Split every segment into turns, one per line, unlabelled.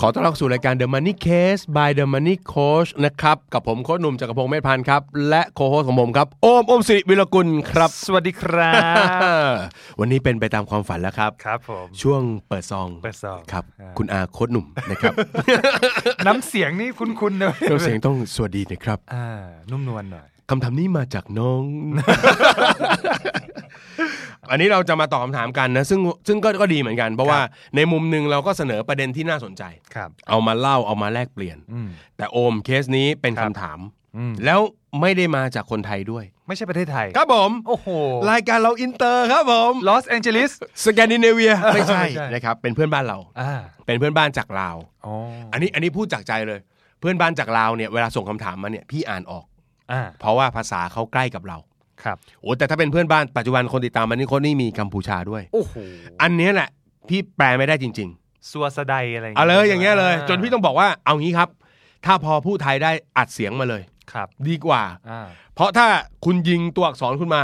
ขอต้อนรับสู่รายการ The Money Case by The Money Coach นะครับ กับผมโค้ชหนุ่มจักรพงศ์เมธพันธ์ครับ และโคโฮสของผมครับ โอมโอมสิริวิรกุลครับ
สวัสดีครับ
วันนี้เป็นไปตามความฝันแล้วครับ
ครับผม
ช่วงเปิดซอง
เปิดซอง
ครับ
อ่า
คุณอาโค้ชหนุ่ม นะครับ
น้ำเสียงนี่คุ้นๆเลย
เราเสียงต้องสวัสดีนะครับ
อ่านุ่มนวลหน่อย
คำถามนี้มาจากน้อง อันนี้เราจะมาตอบคำถามกันนะซึ่งซึ่งก็ก็ดีเหมือนกัน เพราะว่าในมุมหนึ่งเราก็เสนอประเด็นที่น่าสนใจ
ครับ
เอามาเล่าเอามาแลกเปลี่ยน
อืม
แต่โอมเคสนี้เป็น
ครั
คำ
บ
ถาม
อืม
แล้วไม่ได้มาจากคนไทยด้วย
ไม่ใช่ประเทศไทย
ครับผม
โอ้โห
รายการเราอินเตอร์ครับผม
ลอสแองเจลิส
สแกนดิเนเวีย ไม่ใช่
ไม่ใช่
นะครับ เป็นเพื่อนบ้านเรา
อ่า
เป็นเพื่อนบ้านจากลาว
อ๋อ
อันนี้อันนี้พูดจากใจเลย เพื่อนบ้านจากลาวเนี่ยเวลาส่งคำถามมาเนี่ยพี่อ่านออก
อ่า
เพราะว่าภาษาเขาใกล้กับเรา
ครับ
โอ้แต่ถ้าเป็นเพื่อนบ้านปัจจุบันคนติดตามมันนี่คนนี่มีกัมพูชาด้วย
โอ้โห
อันเนี้ยแหละพี่แปลไม่ได้จริง
ซัวสะใดอะไร
ๆ เอาเลยอย่างเงี้ยเลย จนพี่ต้องบอกว่าเอางี้ครับ ถ้าพอพูดไทยได้อัดเสียงมาเลย
ครับ
ดีกว่า
อ่า
เพราะถ้าคุณยิงตัวอักษรคุณมา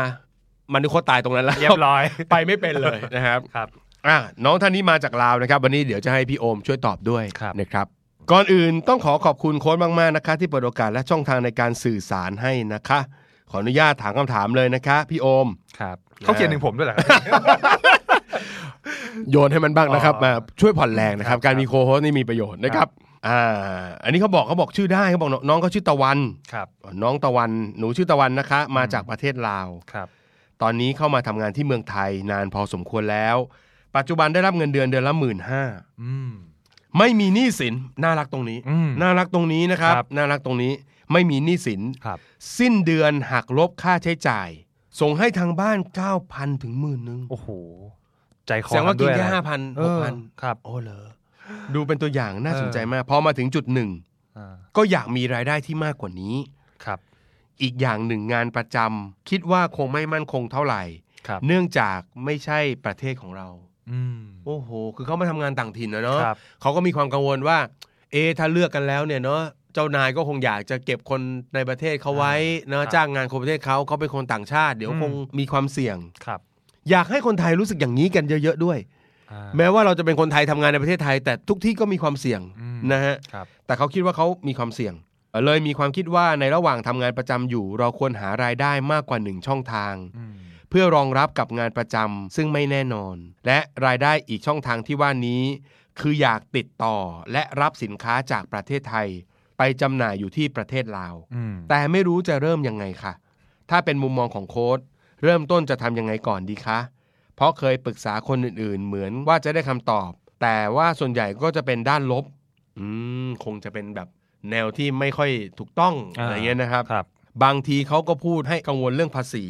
มันนี่โคตรตายตรงนั้นแล้ว
เรียบร้อย
ไปไม่เป็น เลยนะครับ
ครับ
อ่ะน้องท่านนี้มาจากลาวนะครับ วันนี้เดี๋ยวจะให้พี่โอมช่วยตอบด้วย
ครับ
นะครับ ก่อนอื่นต้องขอขอบคุณโค้ดมาก ๆ นะคะ ที่เปิดโอกาสและช่องทางในการสื่อสารให้นะคะ ขออนุญาตถามคำถามเลยนะคะ พี่โอม
ครับเขาเขียนถึงผมด้วยเหรอครับ
โยนให้มันบ้างนะครับ
อ๋อ
มาช่วยผ่อนแรงนะครับ
ครับ
การมีโคโฮสนี่มีประโยชน์นะครับอ่าอันนี้เขาบอกเขาบอกชื่อได้เขาบอกน้องเขาชื่อตะวัน
ครับ
น้องตะวันหนูชื่อตะวันนะคะ มาจากประเทศลาว
ครับ
ตอนนี้เข้ามาทำงานที่เมืองไทยนานพอสมควรแล้ว ปัจจุบันได้รับเงินเดือนเดือนละหมื่นห้า
อืม
ไม่มีหนี้สินน่ารักตรงนี้
อืม
น่ารักตรงนี้นะครับ
ครับ
น่ารักตรงนี้ไม่มีหนี้สิน
ครับ
สิ้นเดือนหักลบค่าใช้จ่าย ส่งให้ทางบ้าน 9,000 ถึงหมื่นนึง
โอ้โหใจคอ
แสดงว่ากินแค่
ทำด้วย
ห้า
อะไร
พัน
เอ
หก
อ
พัน
ครับ
โอ้เหรอดูเป็นตัวอย่างน่าสนใจมาก พอมาถึงจุดหนึ่ง
อ่า
ก็อยากมีรายได้ที่มากกว่านี้
ครับ
อีกอย่างหนึ่งงานประจำคิดว่าคงไม่มั่นคงเท่าไหร่
ครับ
เนื่องจากไม่ใช่ประเทศของเรา
อืม
โอ้โห คือเขามาทำงานต่างถิ่นนะเนาะ
ครับ
เขาก็มีความกังวลว่า เอะถ้าเลือกกันแล้วเนี่ยเนาะเจ้านายก็คงอยากจะเก็บคนในประเทศเขาไว้เนาะ
ครับ
จ้างงานคนประเทศเขาเขาเป็นคนต่างชาติ เดี๋ยว
อืม
คงมีความเสี่ยง
ครับ
อยากให้คนไทยรู้สึกอย่างนี้กันเยอะๆด้วย
อ่า
แม้ว่าเราจะเป็นคนไทยทำงานในประเทศไทย แต่ทุกที่ก็มีความเสี่ยง
อืม
นะฮะ
ครับ
แต่เขาคิดว่าเขามีความเสี่ยงเอ่อเลยมีความคิดว่าในระหว่างทำงานประจำอยู่ เราควรหารายได้มากกว่าหนึ่งช่องทาง
อืม
เพื่อรองรับกับงานประจำซึ่งไม่แน่นอน และรายได้อีกช่องทางที่ว่านี้ คืออยากติดต่อและรับสินค้าจากประเทศไทย ไปจำหน่ายอยู่ที่ประเทศลาว
อืม
แต่ไม่รู้จะเริ่มยังไงคะถ้าเป็นมุมมองของโค้ดเริ่มต้นจะทำยังไงก่อนดีคะ เพราะเคยปรึกษาคนอื่นๆ เหมือนว่าจะได้คำตอบ แต่ว่าส่วนใหญ่ก็จะเป็นด้านลบ อืมคงจะเป็นแบบแนวที่ไม่ค่อยถูกต้อง
อ่า
อะไรเงี้ยนะครับ
ครับ
บางทีเขาก็พูดให้กังวลเรื่องภาษี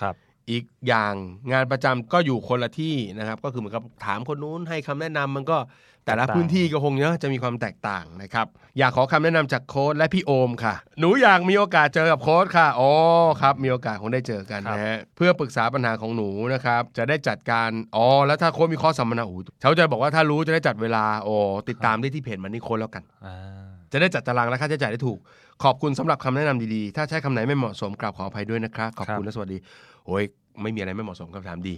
ครับ
อีกอย่างงานประจำก็อยู่คนละที่นะครับ ก็คือเหมือนกับถามคนนู้นให้คำแนะนำมันก็แต่ละ
แตกต่าง
พื้นที่ก็คงเนอะจะมีความแตกต่างนะครับ อยากขอคำแนะนำจากโค้ดและพี่โอมค่ะ หนูอยากมีโอกาสเจอกับโค้ดค่ะอ๋อครับ มีโอกาสคงได้เจอกันนะฮะเพื่อปรึกษาปัญหาของหนูนะครับ จะได้จัดการอ๋อแล้วถ้าโค้ดมีข้อสัมมนาอูเขาจะบอกว่าถ้ารู้จะได้จัดเวลาอ๋อติดตามได้ที่เพจมันนี่โค้ดแล้วกัน
อ่า
จะได้จัดตารางและค่าใช้จ่ายได้ถูก ขอบคุณสำหรับคำแนะนำดีๆ ถ้าใช้คำไหนไม่เหมาะสมกราบขออภัยด้วยนะครับ ขอบคุณและสวัสดีโอ้ยไม่มีอะไรไม่เหมาะสมคำถามดี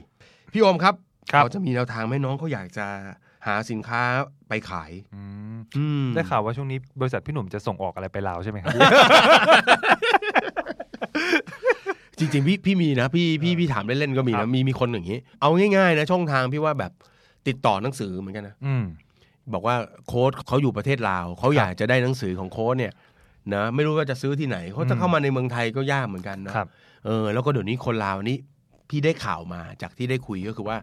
พี่โอมครับ
ครับ
เขาจะมีแนวทางไหมน้องเขาอยากจะหาสินค้าไปขาย
อืม
อืม
ได้ข่าวว่าช่วงนี้บริษัทพี่หนุ่มจะส่งออกอะไรไปลาวใช่ไหมครับ
จริงๆพี่พี่มีนะพี่พี่พี่ถามเล่นๆก็มี
ครั
นะ
บ
มีมีคนอย่างนี้ เอาง่ายๆนะช่องทางพี่ว่าแบบติดต่อหนังสือเหมือนกันนะ
อืม
บอกว่าโค้ดเขาอยู่ประเทศลาวเขาอยากจะได้หนังสือของโค้ดเนี่ยนะไม่รู้ว่าจะซื้อที่ไหนเขาจะเข้ามาในเมืองไทยก็ยากเหมือนกันนะ
ครับ
เออแล้วก็เดี๋ยวนี้คนลาวนี่พี่ได้ข่าวมาจากที่ได้คุยก็คือว่า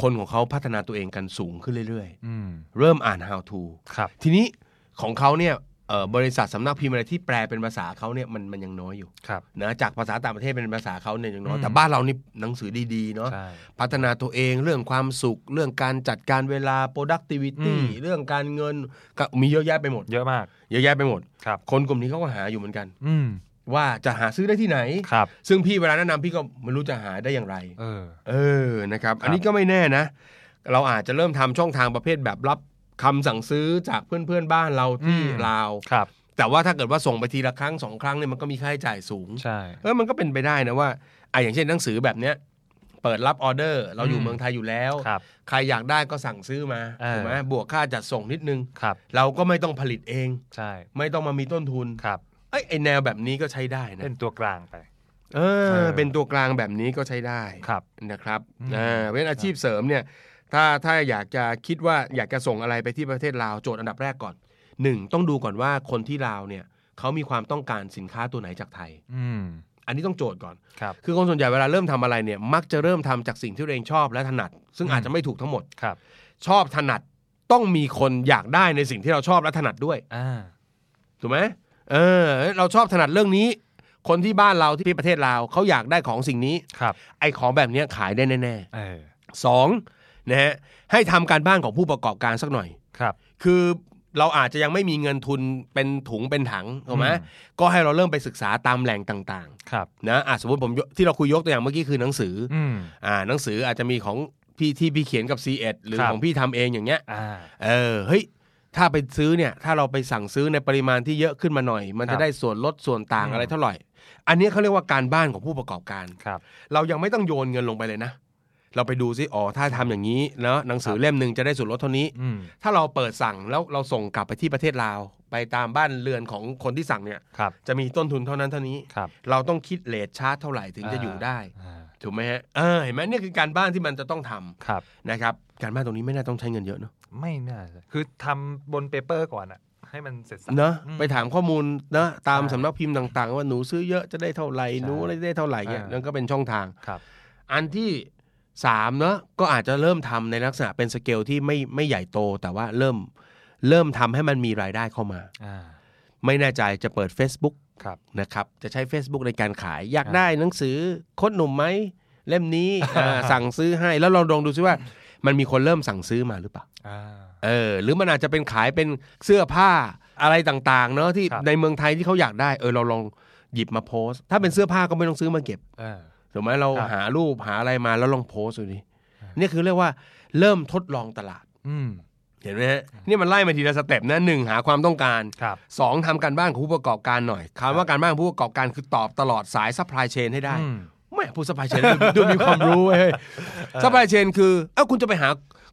คนของเขาพัฒนาตัวเองกันสูงขึ้นเรื่อย
อืม
ๆ เริ่มอ่าน how to
ครับ
ทีนี้ของเขาเนี่ยเอ่อบริษัทสำนักพิมพ์อะไรที่แปลเป็นภาษาเขาเนี่ยมันมันยังน้อยอยู่
ครับ
นะจากภาษาต่างประเทศเป็นภาษาเขาเนี่ยยังน้อย
อืม
แต่บ้านเรานี่หนังสือดีๆเนาะ
ใช่
พัฒนาตัวเองเรื่องความสุข เรื่องการจัดการเวลา productivity
อืม
เรื่องการเงินก็มีเยอะแยะไปหมด
เยอะมาก
เยอะแยะไปหมด
ครับ
คนกลุ่มนี้เขาก็หาอยู่เหมือนกัน
อืม
ว่าจะหาซื้อได้ที่ไหน
ครับ
ซึ่งพี่เวลาแนะนำพี่ก็ไม่รู้จะหาได้อย่างไร
เออ
เออนะครับ
ครับ
อันนี้ก็ไม่แน่นะ เราอาจจะเริ่มทำช่องทางประเภทแบบรับคำสั่งซื้อจากเพื่อนๆบ้านเราที่
อืม
ลาว
ครับ
แต่ว่าถ้าเกิดว่าส่งไปทีละครั้งสองครั้งเนี่ยมันก็มีค่าใช้จ่ายสูง
ใช่
เออมันก็เป็นไปได้นะว่าอ่ะอย่างเช่นหนังสือแบบเนี้ยเปิดรับออเดอร์ เราอยู่
อืม
เมืองไทยอยู่แล้ว
ครับ
ใครอยากได้ก็สั่งซื้อมา
เออ
ถูกไหมบวกค่าจัดส่งนิดนึง
ครับ
เราก็ไม่ต้องผลิตเอง
ใช่
ไม่ต้องมามีต้นทุน
ครับ
เอ้ยไอแนวแบบนี้ก็ใช้ได้นะ
เป็นตัวกลางไป
เอ
เอ
อ
อ
เป็นตัวกลางแบบนี้ก็ใช้ได้
ครับ
นะครับ
อืม
อ่าเป็นอาชีพเสริมเนี่ยถ้าถ้าอยากจะคิดว่าอยากจะส่งอะไรไปที่ประเทศลาวโจทย์อันดับแรกก่อนหนึ่งต้องดูก่อนว่าคนที่ลาวเนี่ยเขามีความต้องการสินค้าตัวไหนจากไทย
อืม
อันนี้ต้องโจทย์ก่อน
ครับ
คือคนส่วนใหญ่เวลาเริ่มทำอะไรเนี่ยมักจะเริ่มทำจากสิ่งที่ตัวเองชอบและถนัด ซึ่งอาจจะไม่ถูกทั้งหมด
ครับ
ชอบถนัดต้องมีคนอยากได้ในสิ่งที่เราชอบและถนัดด้วย
อ่า
ถูกไหมเออ เราชอบถนัดเรื่องนี้ คนที่บ้านเราที่ประเทศลาวเขาอยากได้ของสิ่งนี้
ครับ
ไอ้ของแบบเนี้ยขายได้แน่
เออ
ๆสองนะฮะให้ทำการบ้านของผู้ประกอบการสักหน่อย
ครับ
คือเราอาจจะยังไม่มีเงินทุนเป็นถุงเป็นถังถูกไหม
อืม
ก็ให้เราเริ่มไปศึกษาตามแหล่งต่าง
ครับ
ๆนะอ่ะสมมติผมยกที่เราคุยยกตัวอย่างเมื่อกี้คือหนังสืออ
อืม
อ่าหนังสืออาจจะมีของพี่ที่พี่เขียนกับ C1 หรือ
ครับ
ของพี่ทำเองอย่างเงี้ย
อ่า
เออเฮ้ยถ้าไปซื้อเนี่ย ถ้าเราไปสั่งซื้อในปริมาณที่เยอะขึ้นมาหน่อย มัน
ครั
จะ
บ
ได้ส่วนลดส่วนต่าง
อืม
อะไรเท่าไหร่ อันนี้เขาเรียกว่าการบ้านของผู้ประกอบการ
ครับ
เรายังไม่ต้องโยนเงินลงไปเลยนะ เราไปดูซิอ๋อถ้าทำอย่างนี้เนาะหนังสือเล่มหนึ่งจะได้ส่วนลดเท่านี้
อืม
ถ้าเราเปิดสั่งแล้วเราส่งกลับไปที่ประเทศลาว ไปตามบ้านเรือนของคนที่สั่งเนี่ย
ครับ
จะมีต้นทุนเท่านั้นเท่านี้
ครับ
เราต้องคิดเลทชาร์จเท่าไหร่ถึงจะอยู่ได้
อ่า
ถูกไหมฮะเออเห็นไหมเนี่ยคือการบ้านที่มันจะต้องทำ
ครับ
นะครับ การบ้านตรงนี้ไม่น่าต้องใช้เงินเยอะเนอะ
ไม่น่าจะคือทำบนเปเปอร์ก่อนอะให้มันเสร็จสรร
เนอะ
อืม
ไปถามข้อมูลนะตาม
ใช่
สำนักพิมพ์ต่างๆ ว่าหนูซื้อเยอะจะได้เท่าไหร่
ใช่
หนูได้เท่าไหร่เงี้ย
อ่านั่
นั่นก็เป็นช่องทาง
ครับ
อันที่สามเนอะก็อาจจะเริ่มทำในลักษณะเป็นสเกลที่ไม่ไม่ใหญ่โต แต่ว่าเริ่มเริ่มทำให้มันมีรายได้เข้ามา
อ่า
ไม่แน่ใจจะเปิด Facebook
ครับ
นะครับจะใช้ Facebook ในการขายอยาก
อ่า
ได้หนังสือโคดหนุ่มไหมเล่มนี้ อ่า สั่งซื้อให้แล้วลองลองดูซิว่า มันมีคนเริ่มสั่งซื้อมาหรือเปล่า
อ่า
เออหรือมันอาจจะเป็นขายเป็นเสื้อผ้าอะไรต่างๆ เนอะที่
ครับ
ในเมืองไทยที่เขาอยากได้เออเราลองหยิบมาโพสต์ ถ้าเป็นเสื้อผ้าก็ไม่ต้องซื้อมาเก็บ
เออ
ถูกไหมเรา
ครับ
หารูปหาอะไรมาแล้วลองโพสต์ดูดิเนี่ยคือเรียกว่าเริ่มทดลองตลาด
อืม
เห็นไหมฮะนี่มันไล่มาทีละสเต็ปนะหนึ่งหาความต้องการ
ครับ
สองทำการบ้านของผู้ประกอบการหน่อยคำว่าการบ้านของผู้ประกอบการคือตอบตลอดสายซัพพลายเชนให้ได้
อืม
แม่ ผู้สปายเชนดูมีความรู้เว้ยสปายเชนคือเอ้าคุณจะไปหา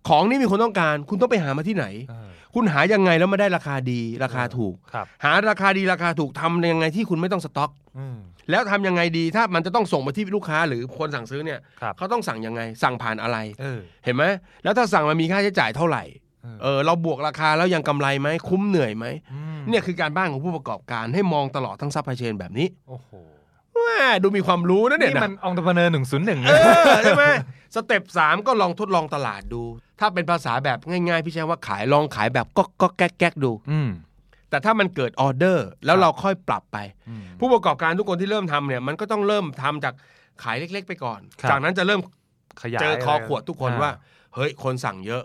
ของนี่มีคนต้องการ คุณต้องไปหามาที่ไหน
เออ
คุณหายังไงแล้วมาได้ราคาดีราคาถูก
ครับ
หาราคาดีราคาถูกทำยังไงที่คุณไม่ต้องสต็อก
อืม
แล้วทำยังไงดีถ้ามันจะต้องส่งมาที่ลูกค้าหรือคนสั่งซื้อเนี่ย
ครับ
เขาต้องสั่งยังไง สั่งผ่านอะไร
เออ
เห็นไหมแล้วถ้าสั่งมันมีค่าใช้จ่ายเท่าไหร่
เออ
เออเราบวกราคาแล้วยังกำไรไหมคุ้มเหนื่อยไหม
ม
เนี่ยคือการบ้านของผู้ประกอบการให้มองตลอดทั้งซัพพลายเชนแบบนี้
โอ้โห
แม่ดูมีความรู้นะเนี่ย
นี่
นะ
มันองค์ประเนอร์หนึ่งศูนย์หนึ่ง
เออใช่ไหมสเต็ปสามก็ลองทดลองตลาดดู ถ้าเป็นภาษาแบบง่ายๆ พี่ใช้ว่าขายลองขายแบบก็ก็แก๊กแก๊กดู
อืม
แต่ถ้ามันเกิดออเดอร์ แล้ว
ครับ
เราค่อยปรับไป
อืม
ผู้ประกอบการทุกคนที่เริ่มทำเนี่ย มันก็ต้องเริ่มทำจากขายเล็กๆ ไปก่อน
ครับ
จากนั้นจะเริ่ม
ขยาย
เจอคอ
ลย
ขวดทุกคนว่า เฮ้ย คนสั่งเยอะ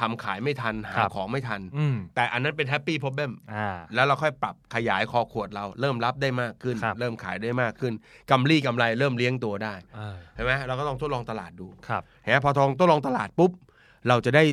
ทำขายไม่ทัน หา
ครับ
ของไม่ทัน
อืม
แต่อันนั้นเป็นแฮปปี้ r o b บ e m
อ่า
แล้วเราค่อยปรับขยายคอขวดเราเริ่มรับได้มากขึ้น
ครับ
เริ่มขายได้มากขึ้นกำไรกำไรเริ่มเลี้ยงตัวได้
เออ
เห็นไหมเราก็ลองทดลองตลาดดู
ครับ
เห็นไหมพอทองต้องลองตลาดปุ๊บ เราจะได้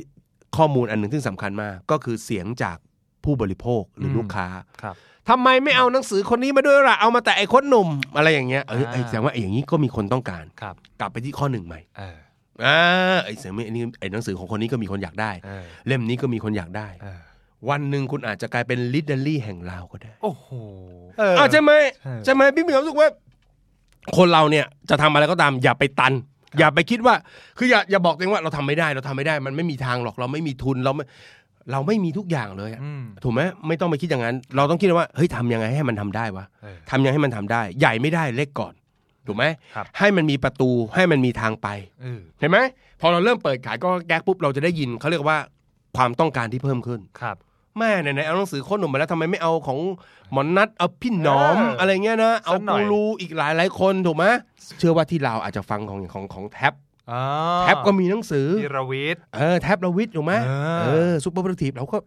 ข้อมูลอันหนึ่งที่สำคัญมาก ก็คือเสียงจากผู้บริโภคหรืออ
ม
ลูกค้า
ครับ
ทำไมไม่เอาหนังสือคนนี้มาด้วยล่ะเอามาแต่ไอ้คนหนุ่ม อะไรอย่างเงี้ยเอย
อ่า
ไอ้แสดงว่าไอ้อย่างนี้ก็มีคนต้องการ
ครับ
กลับไปที่ข้อหนึ่งใหม่
เออ
อ่าไอ้เสียงไม่ไอ้นี่ไอ้หนังสือของคนนี้ก็มีคนอยากได้
เออ
เล่มนี้ก็มีคนอยากได้
เออ
วันหนึ่งคุณอาจจะกลายเป็นลิดเดอรี่แห่งลาวก็ได้
โอ้โห
อ้าวใช่ไหม
ใช่
ใช่ไหมพี่มีความรู้สึกว่า คนเราเนี่ยจะทำอะไรก็ตามอย่าไปตัน อย่าไปคิดว่า คืออย่าอย่าบอกตัวเองว่าเราทำไม่ได้เราทำไม่ได้ มันไม่มีทางหรอกเราไม่มีทุนเราไม่เราไม่มีทุกอย่างเลยอะ
อืม
ถูกไหมไม่ต้องไปคิดอย่างนั้น เราต้องคิดว่าเฮ้ยทำยังไงให้มันทำได้วะ
เออ
ทำยังไงให้มันทำได้ ใหญ่ไม่ได้เล็กก่อนถูกไหม
ครับ
ให้มันมีประตูให้มันมีทางไป
เออ
เห็นไหมพอเราเริ่มเปิดขายก็แก๊กปุ๊บเราจะได้ยินเขาเรียกว่าความต้องการที่เพิ่มขึ้น
ครับ
แม่ไหนๆเอาหนังสือโค้นหนุ่มมาแล้วทำไมไม่เอาของหมอนนัดเอาพี่หนอม
เอออ
อะไรเงี้ยนะเอา
สักหน่
กู
อย
รูอีกหลายหลายๆคนถูกไหมเชื่อว่าที่ลาวอาจจะฟังของของของแท็บ
อ๋อ
แท็บก็มีหนังสือ
ธีรวิทย์
เออแท็บละวิทย์ถูกไหม
เออ
เออซูเปอร์โปรตีฟเราก็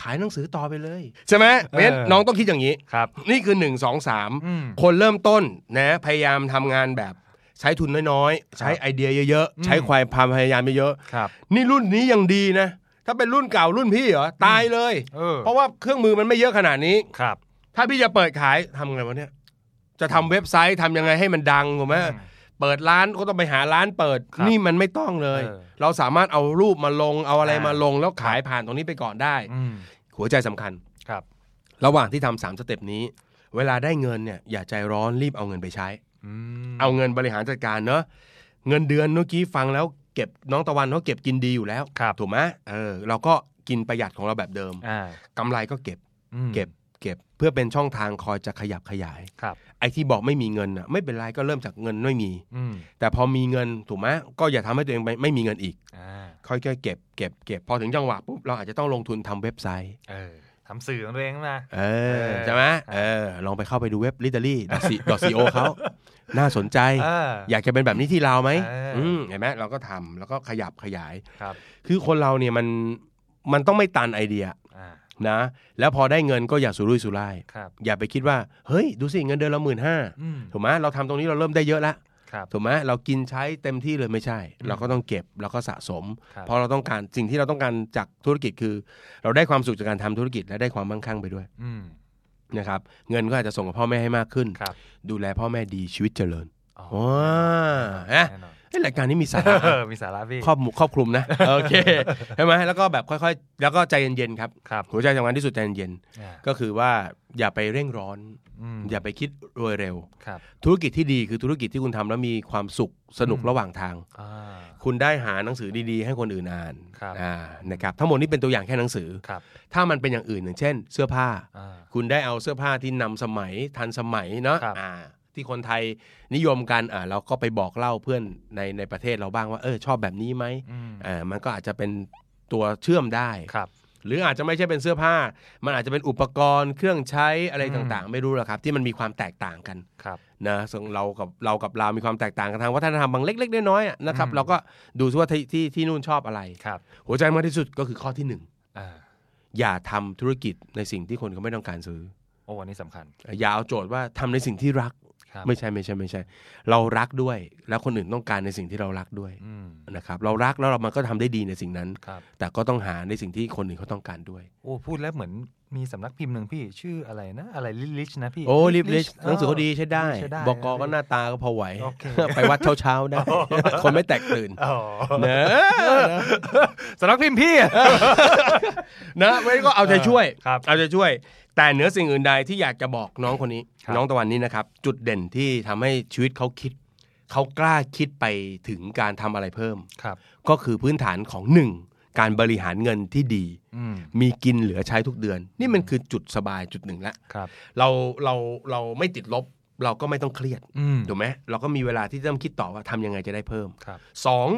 ขายหนังสือต่อไปเลย ใช่ไหมเพราะฉะนั้น
เออ
น้องต้องคิดอย่างนี้
ครับ
นี่คือหนึ่งสองสาม
อืม
คนเริ่มต้นนะพยายามทำงานแบบ ใช้ทุนน้อยๆ ใช้ไอเดียเยอะ
อื
ๆ
ม
ใช้ความพยายามเยอะ
ครับ
ๆนี่รุ่นนี้ยังดีนะ ถ้าเป็นรุ่นเก่ารุ่นพี่เหรอตายเลย
เออ
เพราะว่าเครื่องมือมันไม่เยอะขนาดนี้
ครับ
ถ้าพี่จะเปิดขายทำไงวะเนี่ย จะทำเว็บไซต์ทำยังไงให้มันดังถูกไหมเปิดร้านก็ต้องไปหาร้านเปิด
ครับ
นี่มันไม่ต้องเลย
เออ
เราสามารถเอารูปมาลงเอาอะไร
อ่าม
มาลงแล้วขายผ่านตรงนี้ไปก่อนได้
อืม
หัวใจสำคัญ
ครับ
ระหว่างที่ทำสามสเต็ปนี้ เวลาได้เงินเนี่ยอย่าใจร้อนรีบเอาเงินไปใช้
อืม
เอาเงินบริหารจัดการเนอะเงินเดือนเมื่อกี้ฟังแล้วเก็บน้องตะวันเขาเก็บกินดีอยู่แล้ว
ครับ
ถูกไหมเออเราก็กินประหยัดของเราแบบเดิม
อ่าก
ำไรก็เก็บ
อืม
เก็บเก็บเพื่อเป็นช่องทางคอยจะขยับขยาย
ครับ
ไอ้ที่บอกไม่มีเงินน่ะไม่เป็นไรก็เริ่มจากเงินไม่มี
อืม
แต่พอมีเงินถูกไหมก็อย่าทำให้ตัวเองไม่ไม่มีเงินอีก
อ่า
ค่อยๆเก็บเก็บเก็บพอถึงจังหวะปุ๊บเราอาจจะต้องลงทุนทำเว็บไซต์
เออทำสื่อของตัวเองมา
เออ
เออ
ใช่ไหมเออลองไปเข้าไปดูเว็บ l i t t e r y c o เขา น่าสนใจ
เออ
อยากจะเป็นแบบนี้ที่เราไหม
เอออื
มเห็นไหมเราก็ทำแล้วก็ขยับขยาย
ครับ
คือคนเราเนี่ยมันมันต้องไม่ตันไอเดีย
อ่า
นะ แล้วพอได้เงินก็อย่าสุรุ่ยสุร่าย
ครับ
อย่าไปคิดว่าเฮ้ยดูสิเงินเดือนเราหมื่นห้า
อืม
ถูกไหมเราทำตรงนี้เราเริ่มได้เยอะละ
ครับ
ถูกไหมเรากินใช้เต็มที่เลยไม่ใช่
อืม
เราก็ต้องเก็บเราก็สะสม
ครับ
เพราะเราต้องการสิ่งที่เราต้องการจากธุรกิจคือ เราได้ความสุขจากการทำธุรกิจและได้ความมั่งคั่งไปด้วย
อืม
นะครับเงินก็อาจจะส่งกับพ่อแม่ให้มากขึ้น
ครับ
ดูแลพ่อแม่ดีชีวิตเจริญ
อ๋อ
อ๋อ
แน่
นะ
นอนแน่นอน
เอ้ยรายการนี้มีสา
เอ
ระ
อมีสาระพี่
ครอบหมู่ครอบคลุมนะ โอเคใช่ไหมแล้วก็แบบค่อยๆ แล้วก็ใจเย็นๆครับ
ครับ
หัวใจสำคัญที่สุดใจเย็น
อ่า
ๆก็คือว่าอย่าไปเร่งร้อน
อืม
อย่าไปคิดรวยเร็ว
ครับ
ธุรกิจที่ดีคือธุรกิจที่คุณทำแล้วมีความสุขสนุกระหว่างทาง
อ่า
คุณได้หาหนังสือดีๆ ให้คนอื่นอ่าน
ครับ
อ่านะครับทั้งหมดนี้เป็นตัวอย่างแค่หนังสือ
ครับ
ถ้ามันเป็นอย่างอื่นอย่างเช่น เสื้อผ้า
อ่า
คุณได้เอาเสื้อผ้าที่นำสมัยทันสมัยเนาะ
ครับ
อ่า ที่คนไทยนิยมกันอ่าเราก็ไปบอกเล่าเพื่อนในในประเทศเราบ้างว่า เออชอบแบบนี้ไหม
อืม
อ่ามันก็อาจจะเป็นตัวเชื่อมได้
ครับ
หรืออาจจะไม่ใช่เป็นเสื้อผ้า มันอาจจะเป็นอุปกรณ์เครื่องใช้อะไร
อืม
ต่างๆ ไม่รู้หรอกครับ ที่มันมีความแตกต่างกัน
ครับ
นะซึ่งเรากับเรากับเราวมีความแตกต่างกันทางวัฒนธรรมบางเล็กๆน้อยๆอะนะครับ
อืม
เราก็ดูซิว่าที่ที่ที่นู่นชอบอะไร
ครับ
หัวใจมากที่สุดก็คือข้อที่หนึ่ง
อ่า
อย่าทำธุรกิจในสิ่งที่คนเขาไม่ต้องการซื้อ
โอ้อันนี้สำคัญ
อย่าเอาโจทย์ว่าทำในสิ่งที่รัก
ครับ
ไม่ใช่ไม่ใช่ไม่ใช่ เรารักด้วย แล้วคนอื่นต้องการในสิ่งที่เรารักด้วย
อืม
นะครับเรารักแล้วเรามันก็ทำได้ดีในสิ่งนั้น
ครับ
แต่ก็ต้องหาในสิ่งที่คนอื่นเขาต้องการด้วย
โอ้พูดแล้วเหมือนมีสำนักพิมพ์หนึ่งพี่ชื่ออะไรนะ อะไรลิลิชนะพี่
โอ้ลิฟ
Lilich
ลิชหนังสือเขาดีใช้ได้
ใช้ได้
บอกกก็หน้าตาก็พอไหว
โอเค
ไปวัดเช้าๆได้ คนไม่แตกตื่น
อ๋อ
เนอะ
สำนักพิมพ์พี่
นะไว้ก็เอาใจช่วย
ครับ
เอาใจช่วย แต่เหนือสิ่งอื่นใดที่อยากจะบอกน้องคนนี้
ครับ
น้องตะวันนี้นะครับ จุดเด่นที่ทำให้ชีวิตเขาคิดเขากล้าคิดไปถึงการทำอะไรเพิ่ม
ครับ
ก็คือพื้นฐานของหนึ่งการบริหารเงินที่ดี
อืม
มีกินเหลือใช้ทุกเดือน นี่มันคือจุดสบายจุดหนึ่งละ
ครับ
เราเราเราไม่ติดลบ เราก็ไม่ต้องเครียด
อืม
ถูกไหมเราก็มีเวลาที่จะต้องคิดต่อว่าทำยังไงจะได้เพิ่ม
ครับ
สอง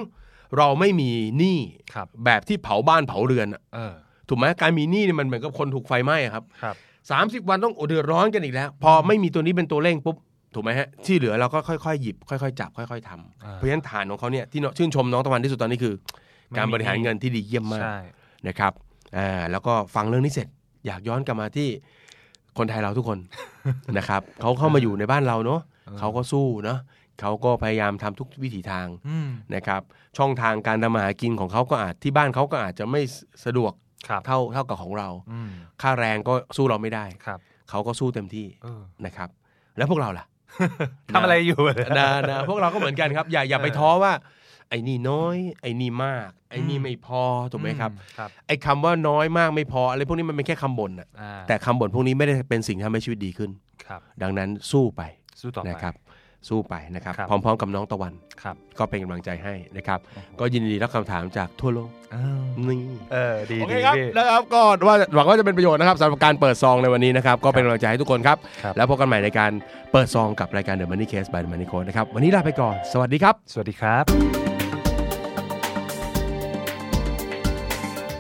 เราไม่มีหนี้
ครับ
แบบที่เผาบ้านเผาเรือนอะ
เออ
ถูกไหมการมีหนี้เนี่ยมันเหมือนกับคนถูกไฟไหม้อะครับ
ครับ
สามสิบวันต้องเดือดร้อนกันอีกแล้ว พอไม่มีตัวนี้เป็นตัวเร่งปุ๊บถูกไหมฮะที่เหลือเราก็ค่อยๆหยิบค่อยๆจับค่อย ๆทำ
อ่า
เพราะฉะนั้นฐานของเขาเนี่ยที่ชื่นชมน้องตะวันที่สุดตอนนี้คือ
ไม่
การ
มี
บริหาร
หนี้
เงินที่ดีเยี่ยมมาก
ใช่
นะครับอ่าแล้วก็ฟังเรื่องนี้เสร็จ อยากย้อนกลับมาที่คนไทยเราทุกคน นะครับเขาเข้ามาอยู่ในบ้านเราเนาะ
เออ
เขาก็สู้เนาะเขาก็พยายามทำทุกวิถีทาง
อืม
นะครับ ช่องทางการทำมาหากินของเขาก็อาจที่บ้านเขาก็อาจจะไม่สะดวก
ครับ
เท่าเท่ากับของเรา
อืม
ค่าแรงก็สู้เราไม่ได้
ครับ
เขาก็สู้เต็มที่
เออ
นะครับ แล้วพวกเราล่ะ
ทำอะไรอยู่เลย
นะนะพวกเราก็เหมือนกันครับ อย่าอย่าไปท้อว่า ไอ้นี่น้อย ไอ้นี่มาก ไอ้นี่
อืม
ไม่พอถูกไหมครับ
ครับ
ไอ้คำว่าน้อยมากไม่พออะไรพวกนี้มันเป็นแค่คำบ่นอะ
อ่า
แต่คำบ่นพวกนี้ไม่ได้เป็นสิ่งที่ทำให้ชีวิตดีขึ้น
ครับ
ดังนั้นสู้ไป
สู้ต่อไป
นะครับ สู้ไปนะครับ
ครับ
พร้อมๆกับน้องตะวัน
ครับ
ก็เป็นกำลังใจให้นะครับ ก็ยินดีรับคำถามจากทั่วโลก
เออ
นี่
เออดี
โอเค
ดี
ครับ
พี่
นะครับก็ว่าหวังว่าจะเป็นประโยชน์นะครับสำหรับการเปิดซองในวันนี้นะครับ ก็เป็นกำลังใจให้ทุกคนครับ
ครับ
แล้วพบกันใหม่ในการเปิดซองกับรายการ The Money Case by The Money Code นะครับวันนี้ลาไปก่อนสวัสดีครับ
สวัสดีครับ